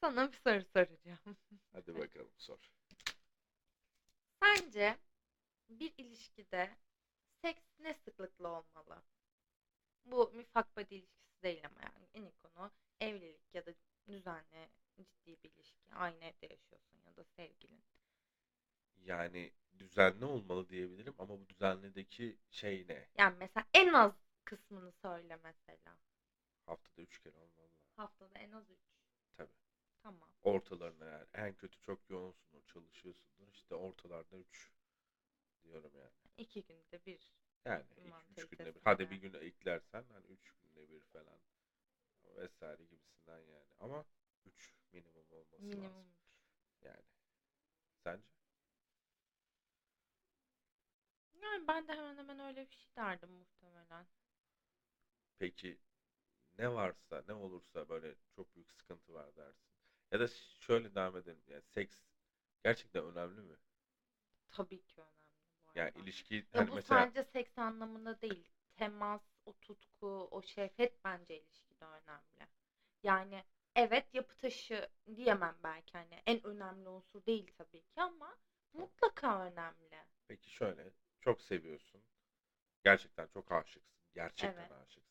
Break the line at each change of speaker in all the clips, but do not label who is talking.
Sana bir soru soracağım.
Hadi bakalım sor.
Sence bir ilişkide seks ne sıklıkla olmalı? Bu müfak badi ilişkisi değil ama yani en iyi konu evlilik ya da düzenli ciddi bir ilişki. Aynı evde yaşıyorsun ya da sevgilin.
Yani düzenli olmalı diyebilirim ama bu düzenlideki şey ne?
Yani mesela en az kısmını söyle mesela.
Haftada üç kere olmalı.
Haftada en az üç.
Tabii.
Tamam.
Ortalarına yani. En kötü çok yoğunsundur, çalışıyorsundur. İşte ortalarda üç diyorum yani.
İki günde bir.
Yani iki- üç
Mantalitesine.
günde bir. Hadi bir güne eklersen hani üç günde bir falan vesaire gibisinden yani. Ama üç minimum olması
Minimum.
lazım. Yani. Sence?
Yani ben de hemen hemen öyle bir şey derdim muhtemelen.
Peki ne varsa ne olursa böyle çok büyük sıkıntı var dersin. Ya da ş- şöyle devam edelim. Yani seks gerçekten önemli mi?
Tabii ki önemli bu
Yani
arada.
ilişki
Ya
hani
bu
mesela
sadece seks anlamında değil. Temas, o tutku, o şefkat bence ilişkide önemli. Yani evet yapı taşı diyemem belki hani en önemli unsur değil tabii ki ama mutlaka önemli.
peki şöyle çok seviyorsun. Gerçekten çok aşıksın. Gerçekten
Evet.
aşıksın.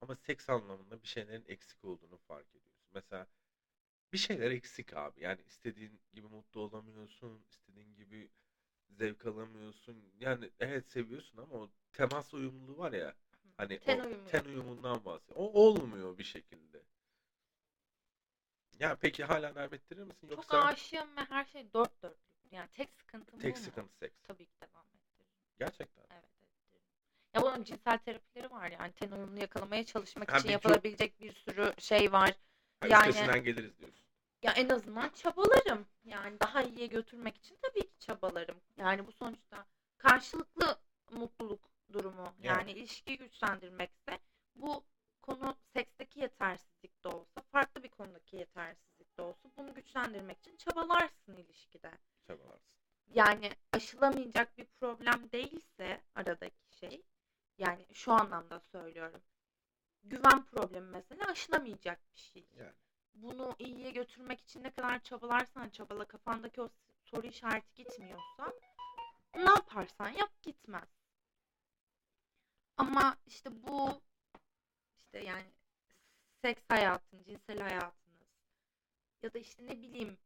Ama seks anlamında bir şeylerin eksik olduğunu fark ediyorsun. Mesela bir şeyler eksik abi. Yani istediğin gibi mutlu olamıyorsun, istediğin gibi zevk alamıyorsun. Yani evet seviyorsun ama o temas uyumluluğu var ya. Hani
Ten
o
uyumu
ten
yok.
uyumundan bahsediyor. O olmuyor bir şekilde. Ya peki hala devam ettirir misin
Çok
yoksa
aşığım ve her şey dört dörtlük. Yani tek sıkıntım
tek
bu mu?
sıkıntı seks?
Tabii ki devam ettiririm.
Gerçekten.
Evet ettiririm. Ya bunun cinsel terapileri var yani ten uyumunu yakalamaya çalışmak
Ha,
için
bir çok-
yapılabilecek bir sürü şey var.
Ha,
Yani-
Üstesinden geliriz diyorsun.
Ya en azından çabalarım. Yani daha iyiye götürmek için tabii ki çabalarım. Yani bu sonuçta karşılıklı mutluluk durumu.
Yani.
Yani, ilişkiyi güçlendirmekse bu konu seksteki yetersizlik de olsa, farklı bir konudaki yetersizlik de olsa bunu güçlendirmek için çabalarsın ilişkide.
Çabalarsın.
Yani aşılamayacak bir problem değilse aradaki şey, yani şu anlamda söylüyorum. Güven problemi mesela aşılamayacak bir şey
Yani.
bunu iyiye götürmek için ne kadar çabalarsan çabala kafandaki o soru işareti gitmiyorsa ne yaparsan yap gitmez. Ama işte bu işte yani seks hayatın, cinsel hayatınız ya da işte ne bileyim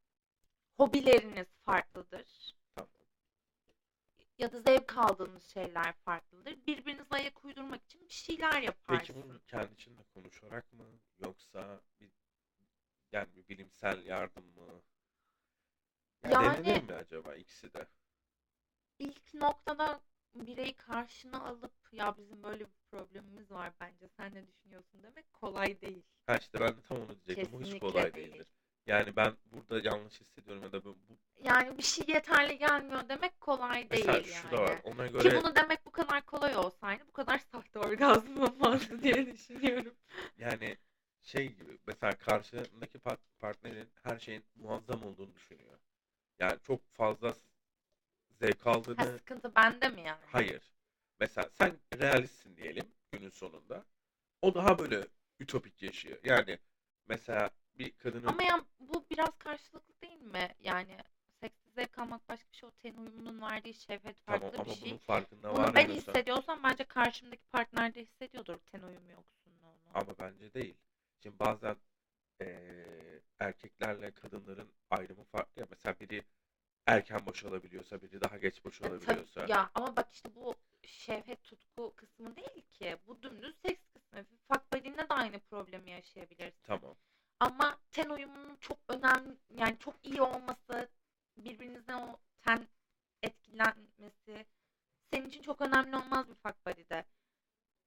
hobileriniz farklıdır
Tamam.
ya da zevk aldığınız şeyler farklıdır. Birbirinize ayak uydurmak için bir şeyler
Peki
yaparsınız.
bunu kendi içinde konuşarak mı yoksa bir yani bir bilimsel yardım mı? Ya
Yani-
denenir mi acaba ikisi de?
ilk noktada bireyi karşına alıp ya bizim böyle bir problemimiz var bence sen ne düşünüyorsun demek kolay değil.
Ha işte ben de tam onu diyecektim. Bu hiç
Kesinlikle
kolay
değil.
değildir. Yani ben burada yanlış hissediyorum ya da bu, bu
Yani bir şey yeterli gelmiyor demek kolay
mesela
değil
şu
yani.
da var. Ona
Ki
göre
bunu demek bu kadar kolay olsaydı bu kadar sahte orgazm olmazdı diye düşünüyorum.
Yani şey gibi mesela karşındaki par- partnerin her şeyin muazzam olduğunu düşünüyor. Yani çok fazla zevk
Ha,
aldığını
sıkıntı bende mi yani?
hayır. Mesela sen realistsin diyelim günün sonunda. O daha böyle ütopik yaşıyor. Yani mesela bir kadının
Ama ya bu biraz karşılıklı değil mi? Yani seksle zevk almak başka bir şey. O ten uyumunun verdiği şefkat
tamam
farklı
ama
bir şey.
bunun farkında
Bunu ben
varmıyorsa-
hissediyorsam bence karşımdaki partner de hissediyordur ten uyumu yoksunluğunu.
Ama bence değil. Şimdi bazen eee, erkeklerle kadınların ayrımı farklı ya. Mesela biri erken boşalabiliyorsa, biri daha geç
E,
boşalabiliyorsa.
tabii- ya ama bak işte bu şehvet tutku kısmı değil ki. Bu dümdüz seks kısmı. Fuck buddy'inde de aynı problemi yaşayabilirsin.
Tamam.
Ama ten uyumunun çok önemli yani çok iyi olması birbirinizden o ten etkilenmesi senin için çok önemli olmaz bir fuck buddy'de.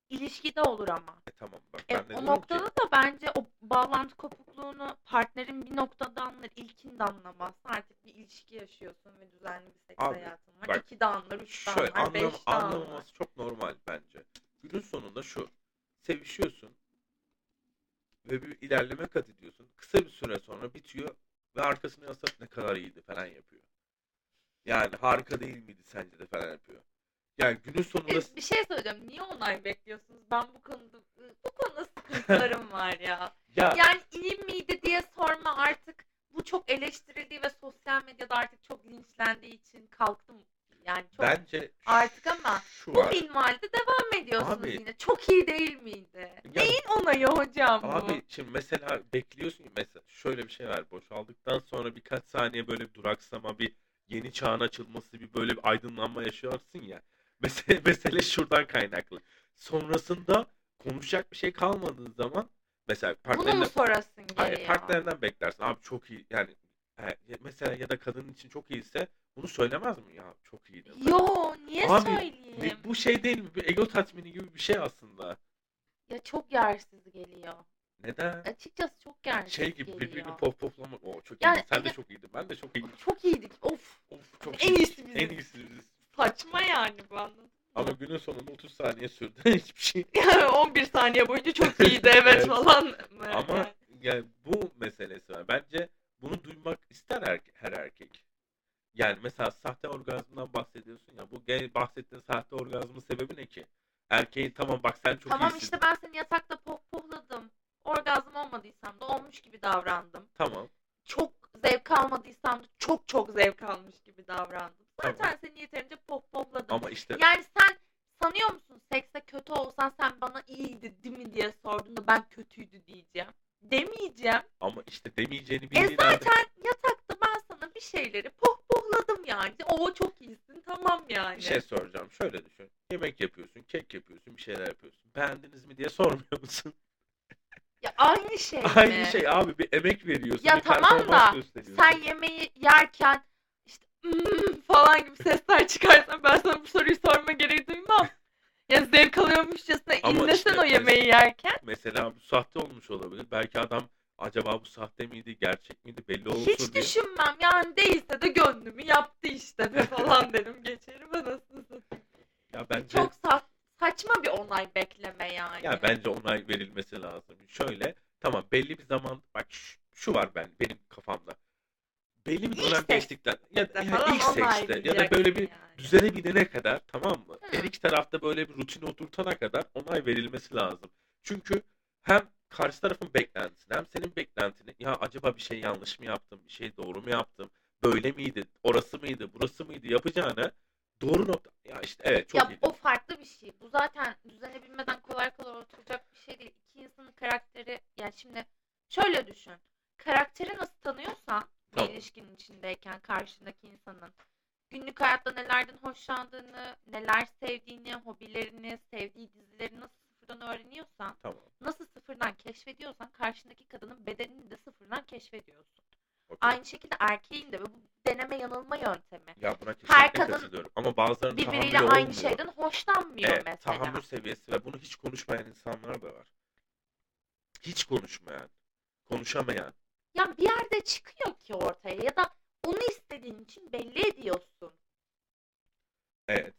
İlişkide olur ama.
E tamam bak
E,
ben de
o
diyorum
noktada
ki
da bence o bağlantı kopukluğunu partnerin bir noktada anlar, ilkinde anlamaz. Artık bir ilişki yaşıyorsun ve düzenli bir seks
Abi,
hayatın var.
bak,
İki de anlar, üç de
şöyle
anlar,
anlam,
beş de anlar.
anlamaması çok normal bence. Günün sonunda şu. Sevişiyorsun ve bir ilerleme kat ediyorsun. Kısa bir süre sonra bitiyor ve arkasını yaslayıp ne kadar iyiydi falan yapıyor. Yani harika değil miydi sence de falan yapıyor. Yani günün sonunda
E, bir şey söyleyeceğim. Niye onay bekliyorsunuz? Ben bu konuda bu konuda sıkıntılarım var ya.
ya
Yani iyi miydi diye sorma artık. çok eleştirildiği ve sosyal medyada artık çok linçlendiği için kalktım. Yani çok
Bence
artık ama
şu
bu
var.
minvalde devam ediyorsunuz
Abi-
yine. Çok iyi değil miydi?
Ya-
Neyin onayı hocam bu?
Abi şimdi mesela bekliyorsun ki mesela şöyle bir şey var boşaldıktan sonra birkaç saniye böyle bir duraksama bir yeni çağın açılması bir böyle bir aydınlanma yaşarsın ya. Mesele, mesele şuradan kaynaklı. Sonrasında konuşacak bir şey kalmadığı zaman mesela
Bunu mu
partnerine
sorasın
Hayır,
geliyor?
partnerinden beklersin. Abi çok iyi yani he, mesela ya da kadının için çok iyiyse bunu söylemez mi ya çok iyiydi.
Yo niye
Abi,
söyleyeyim?
Bu şey değil mi? Bir ego tatmini gibi bir şey aslında.
Ya çok yersiz geliyor.
Neden?
Açıkçası çok yersiz
şey gibi birbirini
geliyor.
pop poplamak. O çok
Yani-
iyi. Sen de
ya-
çok iyiydin. Ben de çok iyiyim.
Çok iyiydik. Of
Of çok
En
iyi.
iyisi bizim.
En iyisi biziz.
saçma yani bu anlamda.
Ama günün sonunda 30 saniye sürdü. Hiçbir şey.
Yani 11 saniye boyunca çok iyiydi
Evet.
evet falan. mı?
Ama yani bu meselesi var. Bence bunu duymak ister erke- her erkek. Yani mesela sahte orgazmdan bahsediyorsun ya. Bu gay bahsettiğin sahte orgazmın sebebi ne ki? Erkeğin tamam bak sen çok
tamam
iyisin.
işte ben seni yatakta pohpohladım. Orgazm olmadıysam da olmuş gibi davrandım.
Tamam.
Çok zevk almadıysam da çok çok zevk almış gibi davrandım. Zaten
Tamam.
seni yeterince pohpohladım.
Ama işte
Yani sen sanıyor musun sekste kötü olsan sen bana iyiydi değil mi diye sorduğunda ben kötüydü diyeceğim. Demeyeceğim.
ama işte demeyeceğini
E
bildiğin halde-
zaten yatakta ben sana bir şeyleri pohpohladım yani. O çok iyisin tamam yani.
Bir şey soracağım. Şöyle düşün. Yemek yapıyorsun, kek yapıyorsun, bir şeyler yapıyorsun. Beğendiniz mi diye sormuyor musun?
Ya aynı şey mi?
Aynı şey abi bir emek veriyorsun.
Ya
bir
tamam
performans
da
gösteriyorsun.
Sen yemeği yerken işte "Mm" falan gibi sesler çıkarsan ben sana bu soruyu sorma gereği duymam. Ya zevk alıyormuşçasına
Ama
inlesen
işte-
o yemeği yerken.
Mesela bu sahte olmuş olabilir. Belki adam acaba bu sahte miydi, gerçek miydi belli olsun
Hiç
diye.
düşünmem yani değilse de gönlümü yaptı işte be falan dedim geçerim anasını satayım.
Ya bence
Çok sa- saçma bir onay bekleme yani.
ya bence onay verilmesi lazım. Şöyle tamam belli bir zaman bak şu, şu var ben benim kafamda. Belli
İlk
bir dönem
sekste
geçtikten ya,
De
ya
falan
ilk sekste ya da
onaylayacaksın
böyle bir
yani.
düzene binene kadar tamam mı?
Hı.
Her iki tarafta böyle bir rutin oturtana kadar onay verilmesi lazım. Çünkü hem karşı tarafın beklentisini hem senin beklentini ya acaba bir şey yanlış mı yaptım, bir şey doğru mu yaptım, böyle miydi, orası mıydı, burası mıydı yapacağına doğru nokta. Ya işte evet çok
ya
iyi.
o farklı bir şey. Bu zaten düzene binmeden kolay kolay oturacak bir şey değil. İki insanın karakteri yani şimdi şöyle düşün. Karakteri nasıl tanıyorsan bir
Tamam.
ilişkinin içindeyken karşındaki insanın günlük hayatta nelerden hoşlandığını, neler sevdiğini, hobilerini, sevdiği dizileri nasıl sıfırdan öğreniyorsan,
Tamam.
nasıl sıfırdan keşfediyorsan karşındaki kadının bedenini de sıfırdan keşfediyorsun.
okey.
Aynı şekilde erkeğin de ve bu deneme yanılma yöntemi.
Ya buna kesinlikle
kadın
katılıyorum. Ama bazılarının
Birbiriyle
tahammülü
aynı
olmuyor.
şeyden hoşlanmıyor
Evet,
mesela.
tahammül seviyesi ve bunu hiç konuşmayan insanlar da var. Hiç konuşmayan, konuşamayan.
Ya bir yerde çıkıyor ki ortaya ya da onu istediğin için belli ediyorsun.
Evet.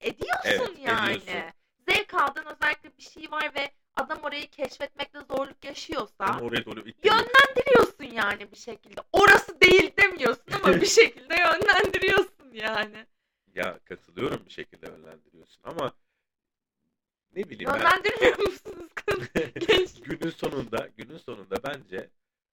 Ediyorsun
Evet,
yani.
ediyorsun.
Zevk aldığın özellikle bir şey var ve adam orayı keşfetmekte zorluk
Ama
yaşıyorsa
oraya doğru ittiriyor.
yönlendiriyorsun yani bir şekilde. Orası değil demiyorsun ama bir şekilde yönlendiriyorsun yani.
Ya katılıyorum bir şekilde yönlendiriyorsun ama ne bileyim ben
Yönlendirmiyor musunuz kız? Genç.
günün sonunda günün sonunda bence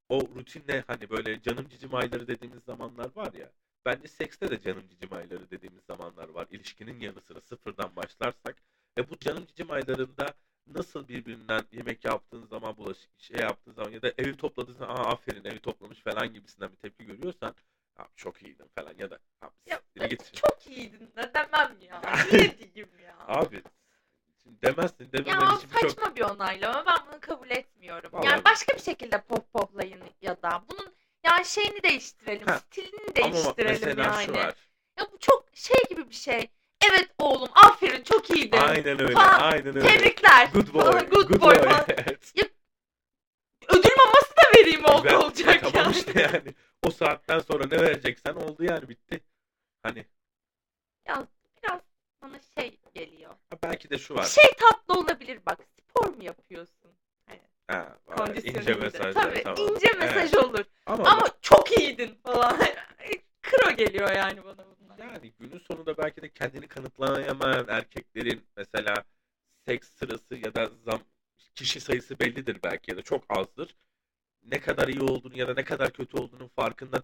o rutinle hani böyle canım cicim ayları dediğimiz zamanlar var ya bence sekste de canım cicim ayları dediğimiz zamanlar var. İlişkinin yanı sıra sıfırdan başlarsak e bu canım cicim aylarında nasıl birbirinden yemek yaptığın zaman bulaşık şey yaptığın zaman ya da evi topladığın zaman Aa, aferin evi toplamış falan gibisinden bir tepki görüyorsan "Abi çok iyiydin falan ya da abi,
Ya,
siktir git."
Çok iyiydin de demem ya. Ne diyeyim ya.
Abi şimdi demezsin
Ya
dememen için çok
saçma bir onaylama. Ben bunu kabul etmiyorum.
şey Vallahi-
Yani başka bir şekilde pohpohlayın ya da bunun yani şeyini değiştirelim,
Ha.
stilini
ama
değiştirelim
mesela
yani.
şu var.
Ya bu çok şey gibi bir şey. Evet oğlum, aferin çok iyiydin.
Aynen öyle.
Falan.
Aynen öyle.
Tebrikler.
Good
Falan,
boy.
Good, boy. falan.
evet.
Ödül maması da vereyim oldu
Ben-
olacak
tamam
yani.
işte yani. O saatten sonra ne vereceksen oldu yani bitti. Hani
Ya biraz bana şey geliyor.
ha, belki de şu var.
Şey tatlı olabilir bak. Spor mu yapıyorsun?
Ha, var. ince
Kondisyonunda.
mesajlar
Tabii
tamam.
ince mesaj olur.
Ama,
Ama çok iyiydin falan. Kro geliyor yani bana bunlar.
yani günün sonunda belki de kendini kanıtlayamayan erkeklerin mesela seks sırası ya da zam kişi sayısı bellidir belki ya da çok azdır. ne kadar iyi olduğunu ya da ne kadar kötü olduğunun farkında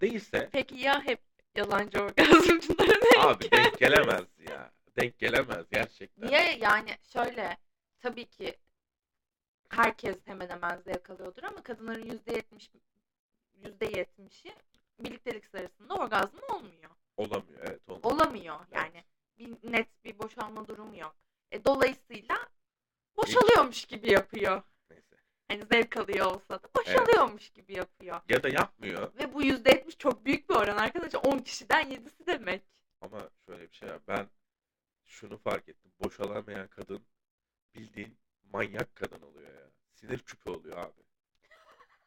değilse
Peki ya hep yalancı orgazmcıların
abi denk gelemez ya. Denk gelemez gerçekten.
Niye yani şöyle tabii ki herkes hemen hemen zevk alıyordur ama kadınların yüzde yetmiş yüzde yetmişi birliktelik sırasında orgazm olmuyor.
Olamıyor evet olmuyor.
Olamıyor
Evet.
yani. Bir net bir boşanma durumu yok. E, dolayısıyla boşalıyormuş gibi yapıyor.
Neyse.
Hani zevk alıyor olsa da boşalıyormuş gibi yapıyor.
Ya da yapmıyor
Ve bu yüzde yetmiş çok büyük bir oran arkadaşlar. 10 kişiden 7'si demek.
ama şöyle bir şey var. Ben şunu fark ettim. Boşalamayan kadın bildiğin manyak kadın oluyor ya. Sinir küpü oluyor abi.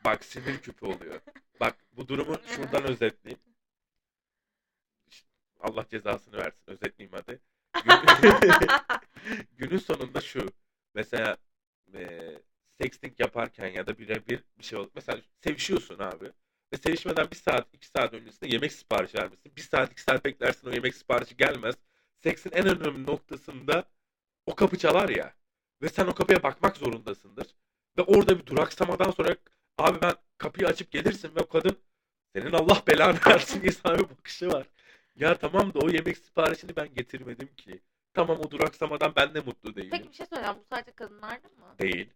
Bak sinir küpü oluyor. Bak bu durumu şuradan özetleyeyim. Ş- Allah cezasını versin. Özetleyeyim hadi. günün sonunda şu. Mesela eee sexting yaparken ya da birebir bir şey olup mesela sevişiyorsun abi. Ve sevişmeden bir saat, iki saat öncesinde yemek siparişi vermişsin. Bir saat, iki saat beklersin o yemek siparişi gelmez. Seksin en önemli noktasında o kapı çalar ya. Ve sen o kapıya bakmak zorundasındır. Ve orada bir duraksamadan sonra abi ben kapıyı açıp gelirsin ve o kadın senin Allah belanı versin diye sana bir bakışı var. Ya tamam da o yemek siparişini ben getirmedim ki. Tamam o duraksamadan ben de mutlu değilim.
Peki bir şey söyleyeceğim. Bu sadece kadınlarda mı?
Değil.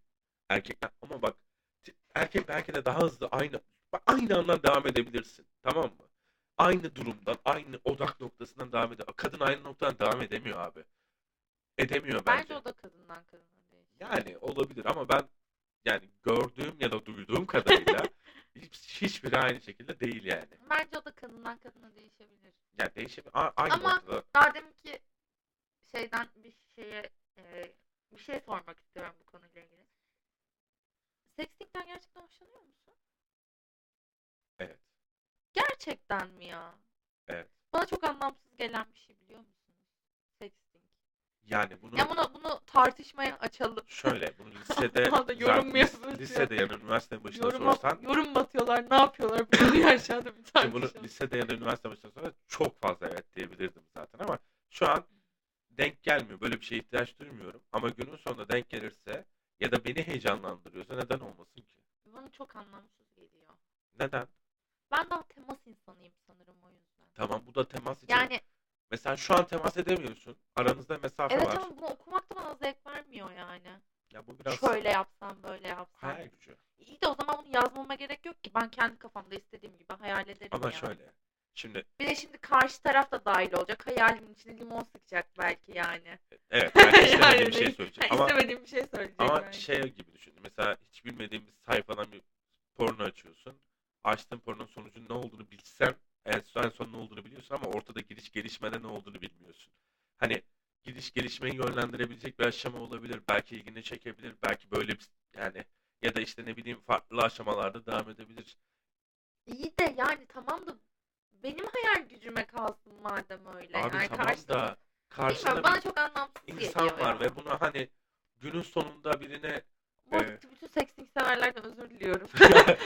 Erkekler ama bak t- erkek belki de daha hızlı aynı bak aynı andan devam edebilirsin. Tamam mı? Aynı durumdan, aynı odak noktasından devam ede. Kadın aynı noktadan devam edemiyor abi. Edemiyor bence.
Bence o da kadından kadına değil.
Yani olabilir ama ben yani gördüğüm ya da duyduğum kadarıyla hiç, hiçbiri aynı şekilde değil yani.
Bence o da kadından kadına değişebilir.
Yani değişim a- aynı
Ama-
noktada.
Daha ki şeyden bir şeye e, bir şey sormak istiyorum bu konuyla ilgili. Sexting'den gerçekten hoşlanıyor musun?
Evet.
Gerçekten mi ya?
Evet.
Bana çok anlamsız gelen bir şey biliyor musunuz? Sexting.
Yani bunu
Ya bunu, bunu tartışmaya açalım.
şöyle bunu lisede
Vallahi
zaten
yorum mu yazılıyor?
lisede yani üniversitenin başında
Yoruma,
sorsan
yorum batıyorlar, ne yapıyorlar? Bunu diye aşağıda bir
Şimdi bunu
tartışalım.
lisede ya da üniversite başından sonra çok fazla evet diyebilirdim zaten ama şu an denk gelmiyor. Böyle bir şeye ihtiyaç duymuyorum. Ama günün sonunda denk gelirse ya da beni heyecanlandırıyorsa neden olmasın ki?
Bana çok anlamsız geliyor.
Neden?
Ben daha temas insanıyım sanırım o yüzden.
Tamam bu da temas için.
Yani
Mesela şu an temas edemiyorsun. Aranızda mesafe
evet
var.
ama bunu okumak da bana zevk vermiyor yani.
Ya bu biraz
Şöyle yapsam böyle yapsam.
hayal gücü.
İyi de o zaman bunu yazmama gerek yok ki. Ben kendi kafamda istediğim gibi hayal ederim
Ama
ya.
şöyle. Şimdi
Bir de şimdi karşı taraf da dahil olacak. Hayalimin içine limon sıkacak belki yani.
evet ben
Yani
istemediğim bir şey
değil.
söyleyeceğim.
Ha,
Ama
istemediğim bir şey söyleyecek
Ama
belki.
şey gibi düşün. Mesela hiç bilmediğin bir sayfadan bir porno açıyorsun. Açtığın pornonun sonucunun ne olduğunu bilsen en son, en son ne olduğunu biliyorsun ama ortada giriş gelişmede ne olduğunu bilmiyorsun. Hani giriş gelişmeyi yönlendirebilecek bir aşama olabilir. Belki ilgini çekebilir. Belki böyle bir yani ya da işte ne bileyim farklı aşamalarda devam edebilir.
İyi de yani tamam da benim hayal gücüme kalsın madem öyle.
Abi
yani
tamam
karşı
da
Bilmiyorum,
karşında
bana
bir
çok anlamsız
insan
geliyor
var
ya.
ve e, bunu hani günün sonunda birine
Bu arada
Evet.
bütün sexting severlerden özür diliyorum.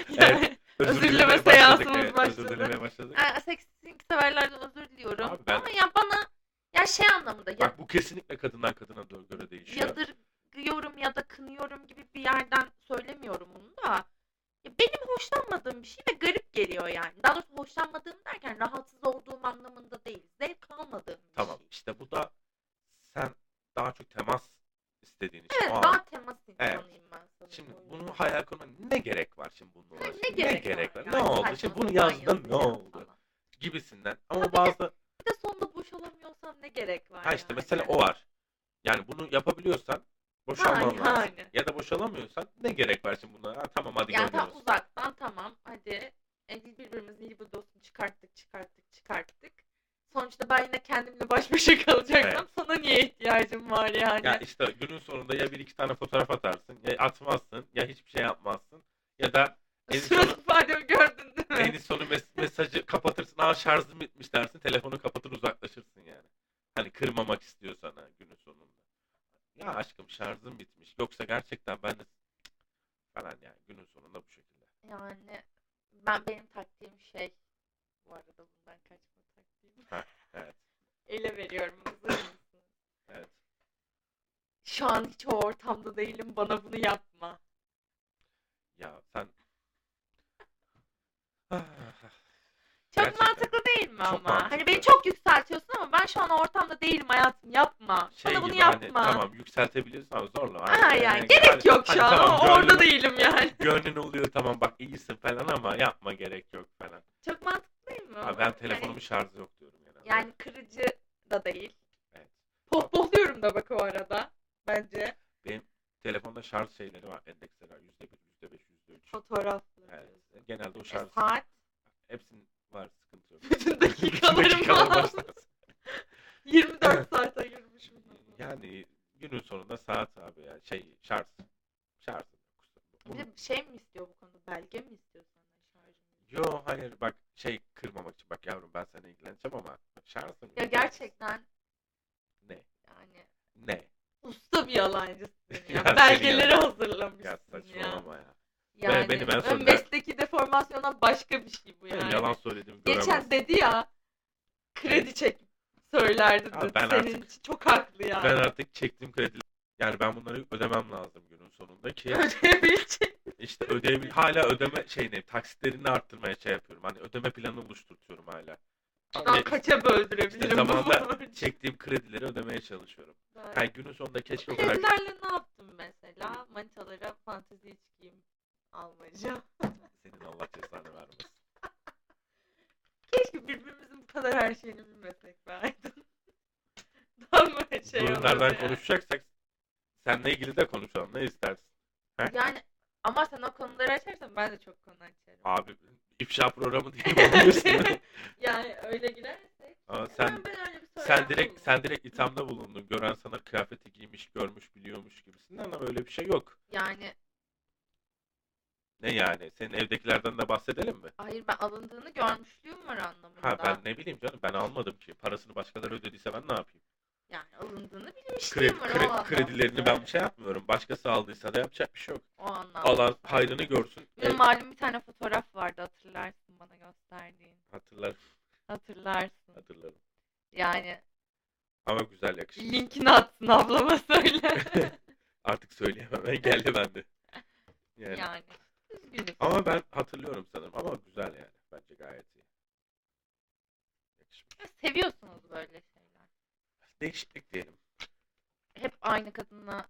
Evet.
Özür
dilemeye
dileme
başladık.
seansımız
Evet,
başladı.
Özür dilemeye başladık.
Yani e, sexting severlerden özür diliyorum.
Abi ben-
Ama ya bana ya şey anlamında ya
Bak şey bu kesinlikle kadından kadına da göre değişiyor.
yadırgıyorum ya da kınıyorum gibi bir yerden söylemiyorum bunu da. Ya benim hoşlanmadığım bir şey ve garip geliyor yani. Daha doğrusu hoşlanmadığım derken rahatsız olduğum anlamında değil. Zevk almadığım bir
Tamam
şey.
işte bu da sen daha çok temas istediğin
şey.
için.
Evet
o an-
daha temas
Evet.
insanıyım ben sanırım.
Şimdi
o yüzden.
bunu hayal kurma ne gerek var şimdi bununla
Ha,
uğraşmaya?
ne gerek,
var?
var?
Ne
yani?
oldu?
Saçma
Şimdi bunu
sapan
yazdın ne
yazıyorum
oldu?
falan.
Gibisinden. Ama
Tabii.
bazı
Bir de sonunda boşalamıyorsam ne gerek var
ha işte
yani?
mesela o var. Yani bunu yapabiliyorsan boşalman
Ha,
lazım.
yani.
Ya da boşalamıyorsan ne gerek var şimdi bunlara? Ha, tamam hadi
Yani tam
gönderiyorsun.
uzaktan tamam hadi E, biz birbirimizin libidosunu çıkarttık çıkarttık çıkarttık. Sonuçta ben yine kendimle baş başa kalacaksam sana niye ihtiyacım var yani?
Ya işte günün sonunda ya bir iki tane fotoğraf atarsın ya atmazsın ya hiçbir şey yapmazsın ya da en
Surat
sonu-
ifademi gördün değil mi?
En sonu mes- mesajı kapatırsın. Aa şarjım bitmiş dersin. Telefonu kapatır uzaklaşırsın yani. Hani kırmamak istiyor sana günün sonunda. Ya aşkım şarjım bitmiş. Yoksa gerçekten ben de Cık, falan yani günün sonunda bu şekilde.
Yani ben benim taktiğim şey bu arada bundan kaçma taktiğim.
Ha, evet.
Ele veriyorum hazır mısın?
Evet.
Şu an hiç o ortamda değilim bana bunu yapma.
Ya sen Ah,
etme
Çok
ama.
mantıklı.
Hani beni çok yükseltiyorsun ama ben şu an o ortamda değilim hayatım. Yapma.
Şey
Bana bunu
gibi hani,
yapma.
tamam yükseltebilirsin ama zorla.
Ha
Hani-
yani
hani-
gerek yok
hani
şu an.
tamam,
ama orada
gönlün-
değilim yani.
Gönlün oluyor tamam bak iyisin falan ama yapma gerek yok falan.
Çok mantıklıyım mı?
Ha, ben telefonumun şarjı yok diyorum genelde.
Hani Yani, yani kırıcı da değil.
Evet.
Pohpohluyorum da bak o arada. Bence.
Telefonda şarj şeyleri var endeksler var. Yüzde bir, yüzde beş, yüzde üç.
Fotoğraflı.
Evet. Genelde o
E,
şarj
saat.
hepsinin var sıkıntı yok.
Bütün
Bütün
dakikalarım
dakikalar
var.
başlar.
24 saat ayırmışım. ben.
Yani günün sonunda saat abi ya şey şarj. Şarj.
Bir de şey mi istiyor bu konuda? Belge mi istiyor senden şarjım?
Yo hayır bak şey kırmamak için bak yavrum ben seninle ilgileneceğim ama şarjım.
Ya
yok.
gerçekten
Ne?
yani
Ne?
usta bir yalancısın ya.
Ya seni
Belgeleri
ya.
hazırlamışsın
Ya saçmalama ya.
Yani
beni ben
ön
söylerim.
mesleki deformasyondan başka bir şey bu
Benim
yani.
yalan söylediğimi göremez.
Geçen dedi ya kredi çek söylerdi
Abi
dedi.
ben
Senin
artık-
için çok haklı ya.
Ben artık çektiğim krediler yani ben bunları ödemem lazım günün sonunda ki
Ödeyebilecek.
işte ödeyebil hala ödeme şeyini taksitlerini arttırmaya şey yapıyorum. Hani ödeme planı oluşturtuyorum hala.
Şuradan
Yani
kaça böldürebilirim
işte zamanında
bunu?
çektiğim kredileri ödemeye çalışıyorum.
Ben-
Yani günün sonunda keşke o kadar
Kredilerle ne yaptım mesela? Manitalara fantezi içkiyim almaca.
senin Allah cezanı vermesin.
Keşke birbirimizin bu kadar her şeyini bilmesek be Aydın. Daha mı şey olurdu
Bunlardan
yani?
konuşacaksak seninle ilgili de konuşalım. Ne istersin?
Yani ama sen o konuları açarsan ben de çok konu açarım.
Abi ifşa programı diye mi oluyorsun?
yani öyle girersek.
Aa,
Sen,
sen
ben öyle bir
sen
söylemem
direkt
olur.
sen direkt ithamda bulundun. Gören sana kıyafeti giymiş, görmüş, biliyormuş gibisinden ama öyle bir şey yok.
Yani
Ne yani? Senin evdekilerden de bahsedelim mi?
hayır ben alındığını görmüşlüğüm var anlamında.
Ha ben ne bileyim canım ben almadım ki. Parasını başkaları ödediyse ben ne yapayım?
Yani alındığını bilmişliğim
Kredi,
var
kredi-
o anlamda.
kredilerini ben bir şey yapmıyorum. Başkası aldıysa da yapacak bir şey yok.
O anlamda.
Alan hayrını görsün. E,
Benim malum bir tane fotoğraf vardı hatırlarsın bana gösterdiğin.
hatırlarım,
Hatırlarsın.
E, hatırlarım.
Yani
Ama güzel yakışır.
linkini atsın ablama söyle.
Artık söyleyemem. Engelli bende. Yani.
yani. Üzgünüm.
Ama ben hatırlıyorum sanırım. Ama güzel yani. Bence gayet iyi. Yakışmış.
Seviyorsunuz böyle şeyler.
Değişiklik diyelim.
Hep aynı kadınla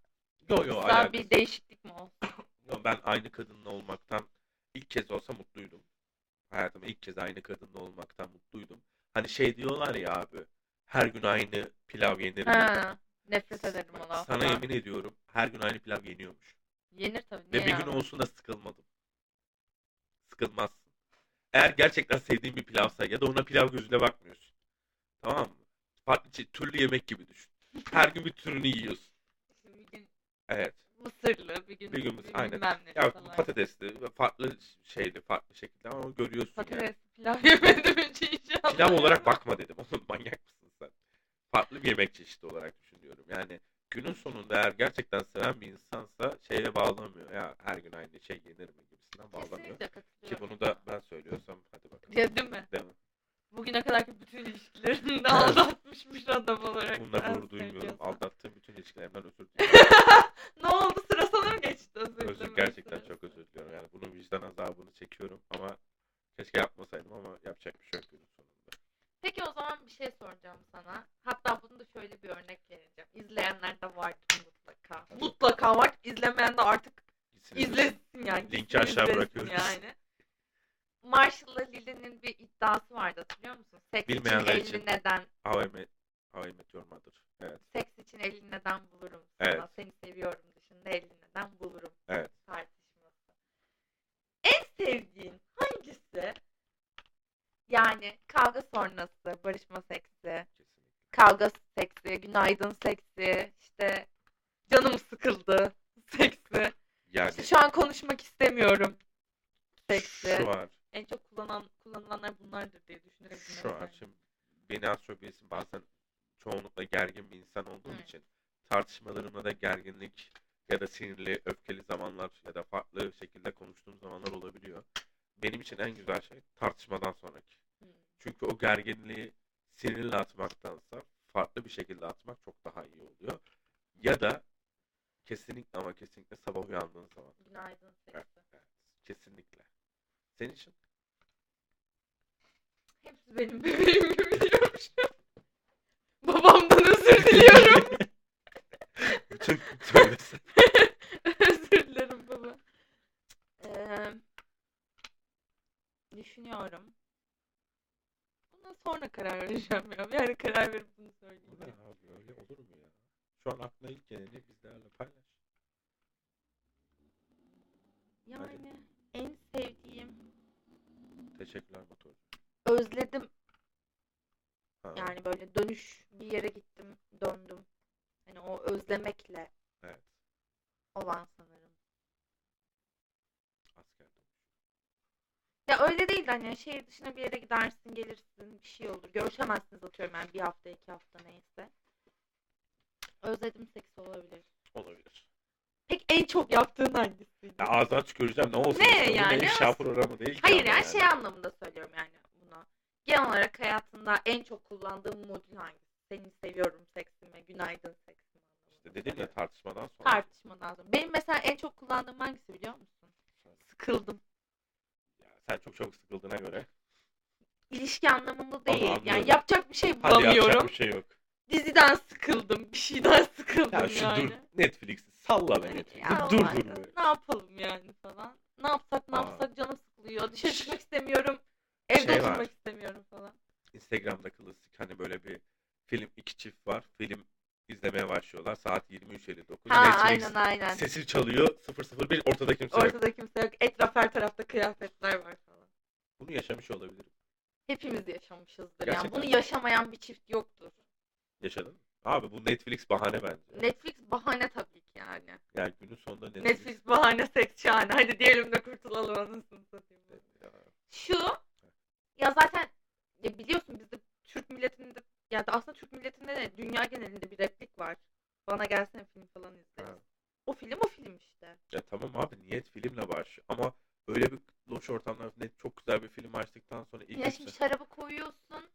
Yo yo
daha
alakası.
bir değişiklik mi olsun?
Yo, ben aynı kadınla olmaktan ilk kez olsa mutluydum. Hayatımda ilk kez aynı kadınla olmaktan mutluydum. Hani şey diyorlar ya abi. Her gün aynı pilav yenir mi?
Ha, nefret ederim o
Bak,
laftan.
Sana yemin ediyorum. Her gün aynı pilav yeniyormuş.
Yenir tabii.
Ve
Niye
bir
ya?
gün olsun da sıkılmadım. Sıkılmazsın. Eğer gerçekten sevdiğin bir pilavsa ya da ona pilav gözüyle bakmıyorsun. Tamam mı? Farklı şey- türlü yemek gibi düşün. Her gün bir türünü yiyorsun.
İşte bir gün
Evet.
mısırlı, bir gün,
Bir gün mısır- aynen.
bilmem ne
Ya
falan.
patatesli, farklı şeyli, farklı şekilde ama görüyorsun yani.
Patates pilav yemedim önce inşallah.
Pilav olarak bakma dedim. Oğlum manyak mısın sen? Farklı bir yemek çeşidi olarak düşünüyorum. Yani günün sonunda eğer gerçekten seven bir insansa şeye bağlamıyor. Ya her gün aynı şey yenir mi gibisinden bağlamıyor.
Kesinlikle
Ki
katılıyorum.
bunu da ben söylüyorsam hadi bakalım.
Ya değil mi?
Değil mi?
Bugüne kadarki bütün ilişkilerinde aldatmışmış adam olarak.
Bununla
ben
gurur duymuyorum.
seviyorsam.
Aldattığım bütün ilişkilerimden özür diliyorum.
Ne oldu sıra sana mı geçti özür
özür,
dileme
gerçekten
sırası?
çok özür diliyorum. Yani bunun vicdan azabını çekiyorum ama keşke yapmasaydım ama yapacak bir şey yok günün sonunda.
Peki o zaman bir şey soracağım sana. Hatta bunu da şöyle bir örnek vereceğim. İzleyenler de vardır mutlaka. Mutlaka var. İzlemeyen de artık
Gitsin izlesin.
izlesin yani.
Linki
Gitsin
aşağı
izlesin
bırakıyoruz.
Yani. Marshall'la Lili'nin bir iddiası vardı hatırlıyor musun? Seks
Bilmeyenler
için
için.
elini neden,
How I Met, How I Met Your Mother. Evet.
seks için elini neden bulurum sana.
Evet.
Seni seviyorum dışında elini neden bulurum
Evet.
tartışması. En sevdiğin hangisi? Yani kavga sonrası, barışma seksi,
Kesinlikle.
kavga seksi, günaydın seksi, işte canım sıkıldı seksi, işte
Yani
şu an konuşmak istemiyorum seksi.
şu an,
En çok kullanan kullanılanlar bunlardır diye düşünerek
şu
bunları
an
söyledim.
şimdi beni az çok bilirsin bazen çoğunlukla gergin bir insan olduğum
Evet.
için tartışmalarımda da gerginlik ya da sinirli, öfkeli zamanlar ya da farklı şekilde konuştuğum zamanlar olabiliyor. Benim için en güzel şey tartışmadan sonraki.
Hmm.
Çünkü o gerginliği sinirle atmaktansa farklı bir şekilde atmak çok daha iyi oluyor. Ya da kesinlikle ama kesinlikle sabah uyandığın zaman.
Günaydın seksi.
Evet, kesinlikle. Senin için
Hepsi Burası benim bebeğim gibi diyormuşum. Babamdan özür diliyorum.
Bütün söylesin.
özür dilerim baba. Ee, düşünüyorum. Buna sonra karar vereceğim ya. Yani karar verip bunu
Bu
söyleyeyim.
ne abi öyle olur mu ya? Şu an aklına ilk geleni bizlerle paylaş.
Yani en sevdiğim
Teşekkürler motor.
özledim
Ha,
yani böyle dönüş bir yere gittim döndüm. Hani o özlemekle
Evet.
olan sanırım.
Asker.
Ya öyle değil de hani şehir dışına bir yere gidersin gelirsin bir şey olur. Görüşemezsiniz atıyorum yani bir hafta iki hafta neyse. Özledim seks olabilir.
Olabilir.
Peki en çok yaptığın hangisiydi?
Ya ağzına tüküreceğim ne olsun?
Ne
istiyorum? Bu
yani?
ifşa programı değil ki
Hayır
ama
yani şey anlamında söylüyorum yani buna. Genel olarak hayatında en çok kullandığın modül hangisi? Seni seviyorum seksime, günaydın seksime.
İşte dedim ya tartışmadan sonra.
Tartışmadan sonra. Benim mesela en çok kullandığım hangisi biliyor musun? Sıkıldım.
Ya sen çok çok sıkıldığına göre.
İlişki anlamında değil.
anlıyorum.
Yani yapacak bir şey
Hadi yapacak
bulamıyorum.
bir şey yok.
Diziden sıkıldım. Bir şeyden sıkıldım
Ya şu
yani.
dur Netflix'i salla be
Hani
Netflix'i.
ya
dur
Allah
dur
Allah,
be.
Ne yapalım yani falan. Ne yapsak ne
Aa.
yapsak canım sıkılıyor. Dışarı çıkmak istemiyorum. Evde
Şey var.
oturmak istemiyorum falan.
Instagram'da klasik hani böyle bir film iki çift var. Film izlemeye başlıyorlar. Saat 23.59.
Ha
Netflix
aynen aynen.
sesi çalıyor. 001 ortada kimse yok.
Ortada kimse yok. Etraf her tarafta kıyafetler var falan.
Bunu yaşamış olabilirim.
Hepimiz yaşamışızdır.
Gerçekten.
Yani bunu yaşamayan bir çift yoktur.
Yaşadın mı? Abi bu Netflix bahane bence.
Netflix bahane tabii ki yani.
Yani günün sonunda Netflix.
Netflix bahane seks şahane. Hadi diyelim de kurtulalım anasını satayım.
Ya,
Şu ya zaten ya biliyorsun bizde Türk milletinde ya da aslında Türk milletinde de dünya genelinde bir replik var. Bana gelsene film falan izleriz.
Ha.
O film o film işte.
ya tamam abi niyet filmle başlıyor. Ama öyle bir loş ortamlarda net çok güzel bir film açtıktan sonra ilk
Ya
üç
şimdi
se-
şarabı koyuyorsun.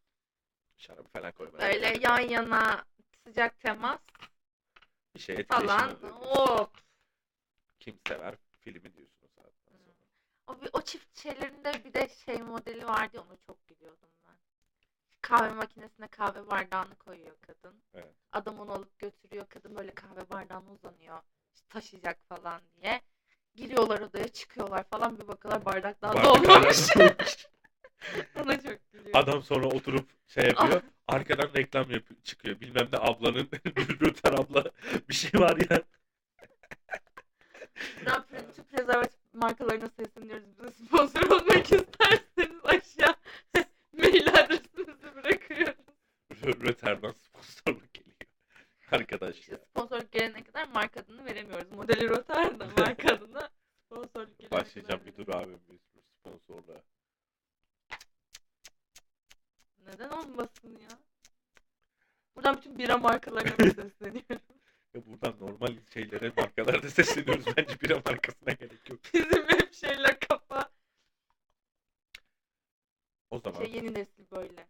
şarabı falan koymaya.
Böyle
gerek yok.
yan yana sıcak temas
bir şey etkileşim
falan.
oluyor.
Hop.
Kim sever filmi diyorsun o saatten sonra.
O, bir- o çift şeylerinde bir de şey modeli vardı ya, ona çok gülüyordum ben. Kahve makinesine kahve bardağını koyuyor kadın.
Evet.
Adam onu alıp götürüyor. Kadın böyle kahve bardağına uzanıyor. İşte taşıyacak falan diye. Giriyorlar odaya çıkıyorlar falan bir bakıyorlar bardak daha
Bardak
dolmamış.
hala-
Ona çok gülüyorum.
Adam sonra oturup şey yapıyor.
Ah.
Arkadan reklam yapıyor, çıkıyor. Bilmem ne ablanın Gülbürten abla bir şey var ya.
Buradan pre- tüm prezervatif markalarına sesleniyoruz. Bize sponsor olmak isterseniz aşağı mail adresimizi bırakıyoruz.
Röter'dan sponsorluk geliyor. Arkadaş ya.
İşte sponsor gelene kadar marka adını veremiyoruz. Modeli rotar da marka adına sponsorluk gelene
Başlayacağım
kadar
bir dur abi bir sponsorla.
Neden olmasın ya? Buradan bütün bira markalarına da sesleniyorum.
Ya buradan normal şeylere markalarda sesleniyoruz. Bence bira markasına gerek yok.
Bizim hep şeyler kafa.
O zaman
Şey yeni nesil böyle.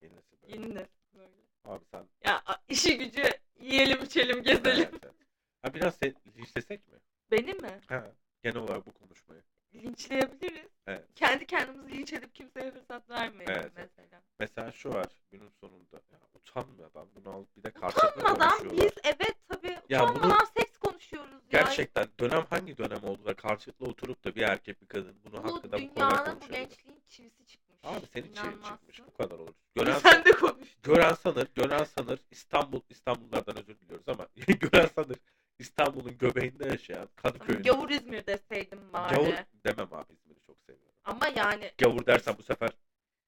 yeni nesil böyle.
Yeni nesil böyle.
Abi sen
Ya a- işi gücü yiyelim içelim gezelim.
Evet, evet. Ha biraz se- linçlesek mi?
Beni mi?
Ha. Genel olarak bu konuşmayı.
Linçleyebiliriz.
Evet.
Kendi kendimizi linç edip kimseye fırsat vermeyelim
Evet.
mesela.
Mesela şu var günün sonunda. Ya, utanmadan bunu alıp bir de karşılıklı
Utanmadan
konuşuyorlar.
biz evet tabii
Ya bunu-
utanmadan seks konuşuyoruz ya.
Gerçekten dönem hangi dönem oldu da karşılıklı oturup da bir erkek bir kadın bunu
Bu
hakkında bu konuda
dünyanın bu
konuşuyordu.
gençliğin çivisi çıkmış.
Abi senin çiğin
İnanmazsın.
çıkmış bu kadar olur. Gören,
Sen de konuş.
gören sanır, gören sanır İstanbul, İstanbullardan özür diliyoruz ama gören sanır İstanbul'un göbeğinde yaşayan Kadıköy'ün.
Gavur İzmir deseydim bari.
Gavur demem abi İzmir'i çok seviyorum.
Ama yani
Gavur dersen bu sefer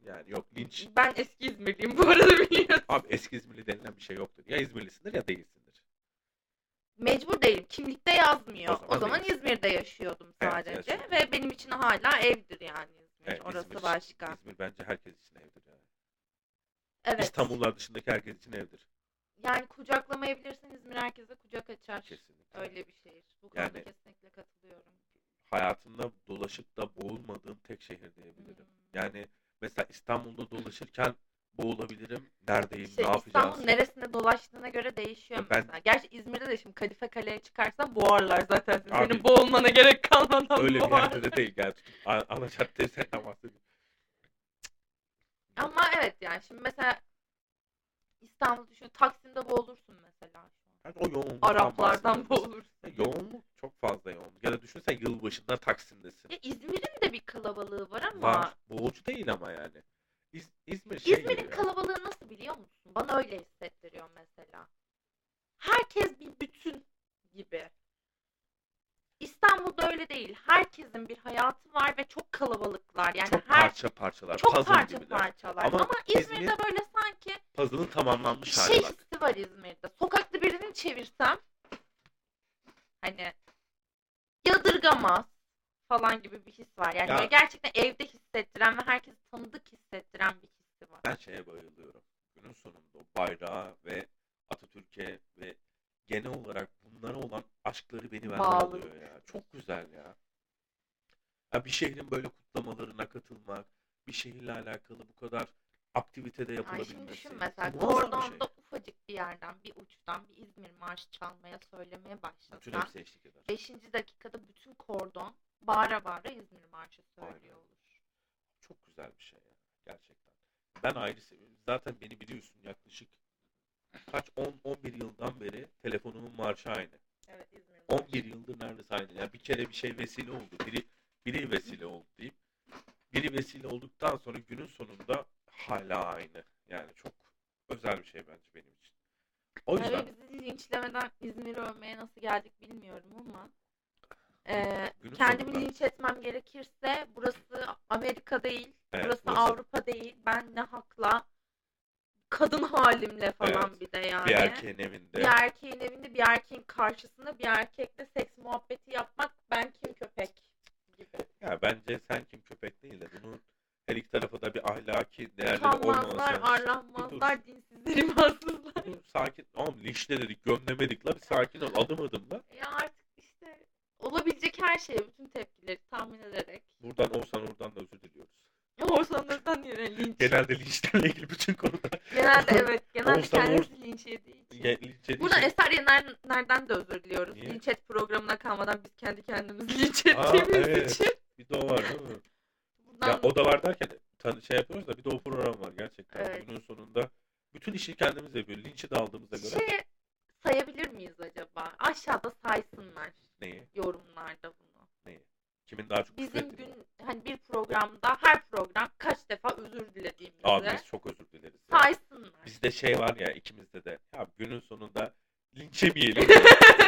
yani yok linç.
ben eski İzmirliyim bu arada biliyorsun.
Abi eski İzmirli denilen bir şey yoktur. Ya İzmirlisindir ya değilsindir.
Mecbur değilim. Kimlikte yazmıyor.
O
O
zaman
zaman,
değil.
İzmir'de yaşıyordum
Evet,
sadece.
yaşıyordum.
Ve benim için hala evdir yani İzmir.
Evet,
Orası
İzmir-
başka.
İzmir bence herkes için evdir yani.
Evet.
İstanbullar dışındaki herkes için evdir.
Yani kucaklamayabilirsin. İzmir herkese kucak açar.
Kesinlikle.
Öyle bir şehir. Bu konuda
Yani-
kesinlikle katılıyorum.
hayatımda dolaşıp da boğulmadığım tek şehir diyebilirim.
Hmm.
Yani mesela İstanbul'da dolaşırken boğulabilirim. Neredeyim,
İşte
ne yapacağız?
Şey, İstanbul neresinde dolaştığına göre değişiyor
Ya ben-
mesela. Gerçi İzmir'de de şimdi Kadife Kale'ye çıkarsan boğarlar zaten. seni.
Abi-
Senin boğulmana gerek kalmadan
Öyle bir
boğar.
yerde de değil. Yani tutup a- ana caddeyi senden bahsediyorum.
Ama yani. Şimdi mesela İstanbul düşün. Taksim'de boğulursun mesela.
Yani o yoğunluktan
Araplardan
bahsediyoruz.
boğulursun.
Ya Yoğunluk çok fazla yoğunluk. Ya da düşünsen yılbaşında Taksim'desin.
Ya İzmir'in de bir kalabalığı var ama
Var. Boğucu değil ama yani. İz- İzmir şey gibi
İzmir'in
ya.
kalabalığı nasıl biliyor musun? Bana öyle hissettiriyor mesela. Herkes bir bütün gibi. İstanbul'da öyle değil. Herkesin bir hayatı var ve çok kalabalıklar. Yani
çok
her
parça parçalar.
çok
puzzle
parça
gibiler.
parçalar. Ama,
Ama
İzmir'de
İzmir-
böyle sanki
Puzzle'ın tamamlanmış hali
şey
bak.
hissi var İzmir'de. Sokakta birini çevirsem hani yadırgamaz falan gibi bir his var. Yani
Ya-
böyle gerçekten evde hissettiren ve herkesi tanıdık hissettiren bir hissi var.
Ben şeye bayılıyorum. Günün sonunda o bayrağa ve Atatürk'e ve genel olarak bunlara olan aşkları beni benden
Bağlı.
alıyor ya. Çok güzel ya. Ya bir şehrin böyle kutlamalarına katılmak, bir şehirle alakalı bu kadar aktivitede
Yani şimdi
yapılabilmesi.
düşün mesela
muazzam bir şey.
kordonda ufacık bir yerden bir uçtan bir İzmir marşı çalmaya söylemeye
şey. Bütün
başlasan
hepsi eşlik eder.
5. dakikada bütün kordon bağıra bağıra İzmir marşı söylüyor
Aynen.
olur.
Çok güzel bir şey ya. Gerçekten. Ben ayrı seviyorum. Zaten beni biliyorsun yaklaşık kaç 10-11 yıldan beri telefonumun marşı aynı.
Evet İzmir marşı.
11 yıldır neredeyse aynı. Yani bir kere bir şey vesile oldu. Biri biri vesile oldu diyeyim. Biri vesile olduktan sonra günün sonunda hala aynı. Yani çok özel bir şey bence benim için. O
Tabii
yüzden
bizi linçlemeden İzmir'i övmeye nasıl geldik bilmiyorum ama eee,
Günün
kendimi
sonunda-
linç etmem gerekirse burası Amerika değil,
Evet,
burası,
burası-
Avrupa değil. Ben ne hakla kadın halimle falan
Evet,
bir de yani.
bir erkeğin evinde
Bir erkeğin evinde bir erkeğin karşısında bir erkekle seks muhabbeti yapmak ben kim köpek gibi.
ya bence sen kim köpek değil de bunun her iki tarafa da bir ahlaki değerleri
Utanmazlar,
olmaması.
arlanmazlar, dinsizler, imansızlar.
Bunu sakin, oğlum linçle dedik, gömlemedik la bir sakin ol adım adım la.
Ya artık işte olabilecek her şeye bütün tepkileri tahmin ederek
Buradan Oğuzhan Uğur'dan da özür diliyoruz.
Orsanlardan yine linç.
Genelde linçlerle ilgili bütün konuda
genelde evet. Genelde
Oğuzhan Uğur-
kendisi linç yediği için.
Ya, linç edildi.
Buradan Eser Yener'den de özür diliyoruz.
şey- Niye?
Linç et programına kalmadan biz kendi kendimizi linç
Aa,
ettiğimiz
evet.
için.
Bir de o var değil mi?
Buradan
Ya o da var derken tan- şey yapıyoruz da bir de o program var gerçekten.
Evet.
Günün sonunda bütün işi kendimiz yapıyoruz. Linç'i de aldığımıza göre
şey sayabilir miyiz acaba? Aşağıda saysınlar
neyi?
yorumlarda bunu.
Kimin daha çok küfür
Bizim
ettiğini.
gün hani bir programda her program kaç defa özür dilediğimizi
Abi biz çok özür dileriz. ya.
saysınlar.
Bizde şey var ya ikimizde de. Ya günün sonunda linç yemeyelim.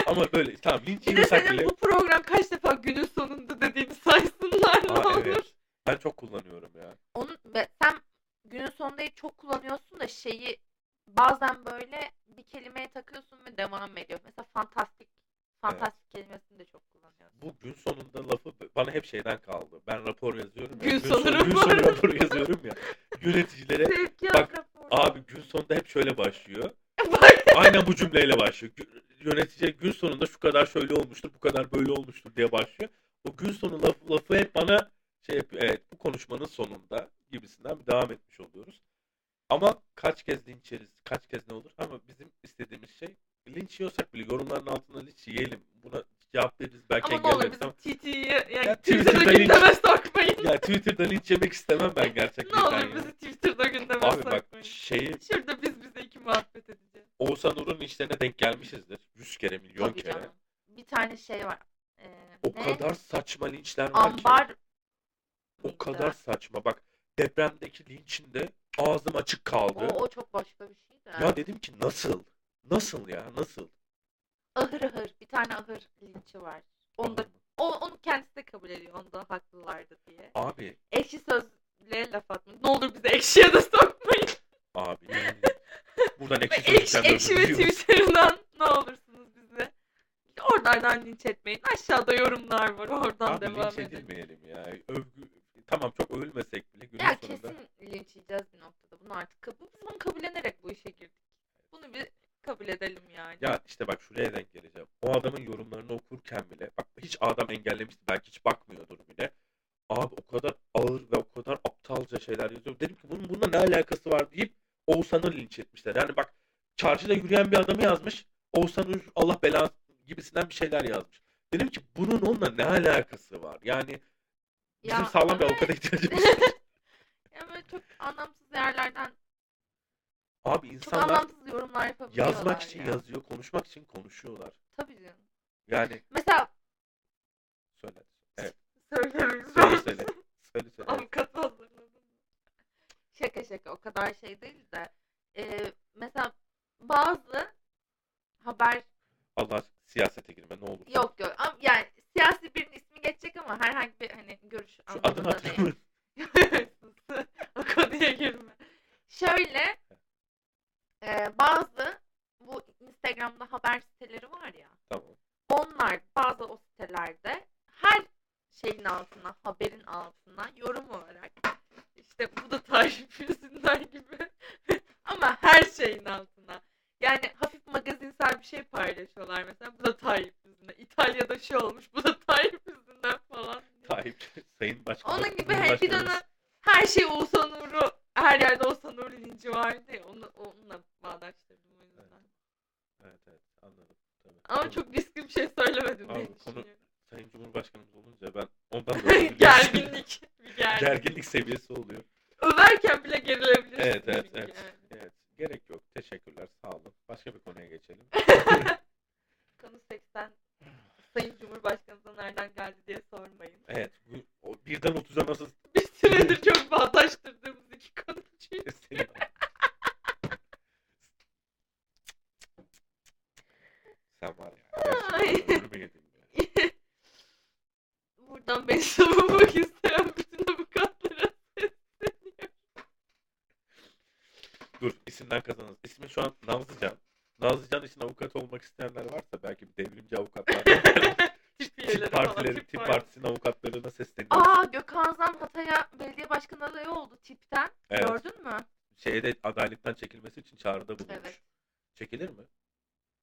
Ama böyle tamam linç
Bir de
yiyorsak
senin
bile.
bu program kaç defa günün sonunda dediğini saysınlar ne
Aa,
olur.
evet. Ben çok kullanıyorum ya.
onun ve sen günün sonunda çok kullanıyorsun da şeyi bazen böyle bir kelimeye takıyorsun ve devam ediyor. Mesela fantastik fantastik kelimesini de çok kullanıyorsun.
Bu gün sonunda lafı bana hep şeyden kaldı. Ben rapor yazıyorum. ya.
Gün
sonu-
sonu
gün
raporu.
sonu raporu yazıyorum ya. Yöneticilere
Sevkiyat
Bak,
raporu.
abi gün sonunda hep şöyle başlıyor.
Bak,
Aynen bu cümleyle başlıyor. Gü- Yönetici gün sonunda şu kadar şöyle olmuştur, bu kadar böyle olmuştur diye başlıyor. O gün sonu lafı, lafı hep bana şey yapıyor. Evet bu konuşmanın sonunda gibisinden bir devam etmiş oluyoruz. Ama kaç kez linç yeriz, kaç kez ne olur? Ama bizim istediğimiz şey linç yiyorsak bile yorumların altında linç yiyelim. Buna cevap veririz. Belki
ama ne olur
engelleriz
bizim
ama.
TT'ye yani
Ya,
Twitter'da
Twitter'da
gündeme sokmayın.
Ya Twitter'da linç yemek istemem ben gerçekten.
ne olur
ya.
bizi Twitter'da gündeme
Abi bak
sokmayın.
şeyi
Şurada biz bize iki muhabbet edeceğiz.
Oğuzhan Uğur'un işlerine denk gelmişizdir. Yüz kere, milyon
Tabii
kere.
canım. Bir tane şey var. Ee,
O
ne?
kadar saçma linçler var ki.
ambar
O kadar saçma. Bak depremdeki linçin de ağzım açık
o,
kaldı.
o çok başka bir şey de.
Ya dedim ki nasıl? Nasıl ya? Nasıl?
ahır ahır bir tane ahır linçi var. Onu da o, onu kendisi de kabul ediyor. Onu da haklılardı diye.
Abi,
Ekşi sözle laf atmayın. Ne olur bizi ekşiye de sokmayın.
abi. yani Buradan ekşi
Ekşi, ekşi, ve
sözlükten de özür diliyorum.
Twitter'dan ne olursunuz bize. Oralardan linç etmeyin. Aşağıda yorumlar var. Oradan
Abi
devam
linç
edin.
edilmeyelim ya. Övgü... Tamam çok övülmesek bile günün
Ya
sonunda.
kesin linç yiyeceğiz bir noktada. Bunu artık kabul. Biz bunu kabullenerek bu işe girdik. Bunu bir kabul edelim yani.
Ya işte bak şuraya denk geleceğim. O adamın yorumlarını okurken bile bak hiç adam engellemişti belki hiç bakmıyordur bile. Abi o kadar ağır ve o kadar aptalca şeyler yazıyor. Dedim ki bunun bununla ne alakası var deyip Oğuzhan'ı linç etmişler. Yani bak çarşıda yürüyen bir adamı yazmış. Oğuzhan Uğur, Allah belası gibisinden bir şeyler yazmış. Dedim ki bunun onunla ne alakası var? Yani bizim
Ya
sağlam bir
ama-
avukata ihtiyacımız var.
Ya böyle çok anlamsız yerlerden
Abi
Çok
insanlar
anlamsız yorumlar yapabiliyorlar
yazmak için
ya.
yazıyor, konuşmak için konuşuyorlar.
Tabii canım.
Yani
Mesela
söyle. Evet, söyle
söylemiyorum.
söyle. Söyle söyle. Evet.
Avukatı hazırladım. Şaka şaka o kadar şey değil de. Ee, mesela bazı haber
Allah siyasete girme ne olur.
yok yok ama yani siyasi birinin ismi geçecek ama herhangi bir hani görüş
Şu adın
anlamında değil.
hatırlamıyorum.
o konuya girme. Şöyle e, bazı bu Instagram'da haber siteleri var ya.
Tamam.
onlar bazı o sitelerde her şeyin altına, haberin altına yorum olarak işte bu da takip yüzünden gibi ama her şeyin altına. Yani hafif magazinsel bir şey paylaşıyorlar mesela bu da Tayyip yüzünden. İtalya'da şey olmuş bu da Tayyip yüzünden falan. diye.
Tayyip Sayın Başkan.
Onun gibi her bir
Cumhurbaşkanımız.
dönem her şey Oğuzhan Uğur'u her yerde Oğuzhan Uğur linci vardı ya onu, onunla bağdaştırdım o yüzden.
Evet evet anladım. Tabii.
Ama çok riskli bir şey söylemedim
Abi
diye
konu-
düşünüyorum.
Sayın Cumhurbaşkanımız olunca ben ondan dolayı bir
gerginlik. Bir gerginlik.
gerginlik seviyesi oluyor.
Överken bile gerilebilirsin.
Evet evet
çünkü
evet.
yani.
Evet. Gerek yok. Teşekkürler. Sağ olun. Başka bir konuya geçelim.
Konu 80. Sayın Cumhurbaşkanımıza nereden geldi diye sormayın.
Evet. Bu, o birden 30'a nasıl
Bir süredir çok bağdaştırdığımız iki konu çünkü.
seni Sen var ya.
Ay.
Gerçekten ömrümü yedin ya.
Buradan beni savunmak isteyen bütün avukatlara
Dur isimler kazanırız. İsmi şu an Nazlıcan. Nazlıcan için avukat olmak isteyenler varsa belki bir devrimci avukatlar.
tip üyeleri
tip
falan,
partileri, tip
parti.
partisinin avukatlarına sesleniyoruz.
Aa Gökhan Zan Hatay'a belediye başkanı adayı oldu tipten.
Evet.
Gördün mü?
Şeyde adaletten çekilmesi için çağrıda bulunmuş.
Evet.
Çekilir mi?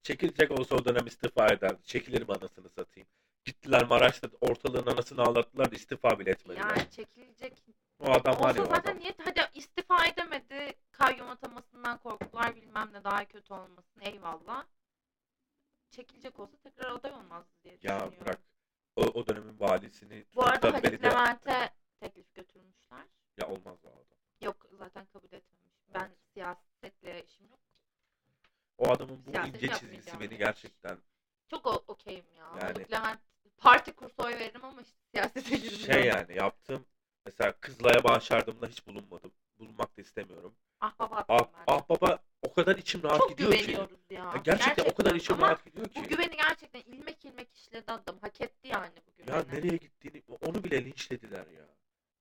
Çekilecek olsa o dönem istifa ederdi. Çekilir mi anasını satayım? Gittiler Maraş'ta ortalığın anasını ağlattılar da istifa bile etmediler.
Yani çekilecek
O adam var ya
Olsa
o
zaten
adam.
niye hadi istifa edemedi. Kayyum atamasından korktular bilmem ne daha kötü olmasın eyvallah. Çekilecek olsa tekrar aday olmaz diye
Ya
düşünüyorum.
bırak. O, o dönemin valisini
Bu
tutup da
arada Halil
belediye-
Levent'e teklif götürmüşler.
Ya olmaz o adam.
Yok zaten kabul etmemiş. Ben siyasetle işim yok.
O adamın bu
Siyaset
ince çizgisi
yapmayacağım
beni
demiş.
gerçekten
Çok o- okeyim ya.
Yani-
Halil Levent parti kursu oy veririm ama işte siyasete girmiyorum.
şey yani yaptım. Mesela Kızılay'a bağışardığımda hiç bulunmadım. Bulunmak da istemiyorum.
Ahbaba
Ah,
attım ben.
ah baba o kadar içim rahat
Çok
gidiyor ki. Ya
güveniyoruz ya.
gerçekten, o kadar içim
ama
rahat gidiyor ki.
Bu güveni gerçekten ilmek ilmek işledi adam. Hak etti yani bu güveni.
Ya nereye gittiğini onu bile linçlediler ya.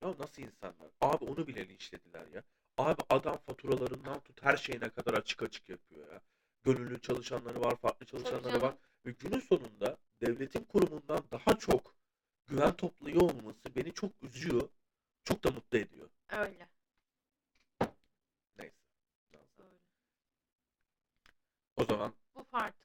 Ya nasıl insanlar? Abi onu bile linçlediler ya. Abi adam faturalarından tut her şeyine kadar açık açık yapıyor ya. Gönüllü çalışanları var, farklı çalışanları
canım.
var. Ve günün sonunda devletin kurumundan daha çok güven topluyor olması beni çok üzüyor. Çok da mutlu ediyor.
Öyle.
Neyse.
öyle.
O zaman
Bu parti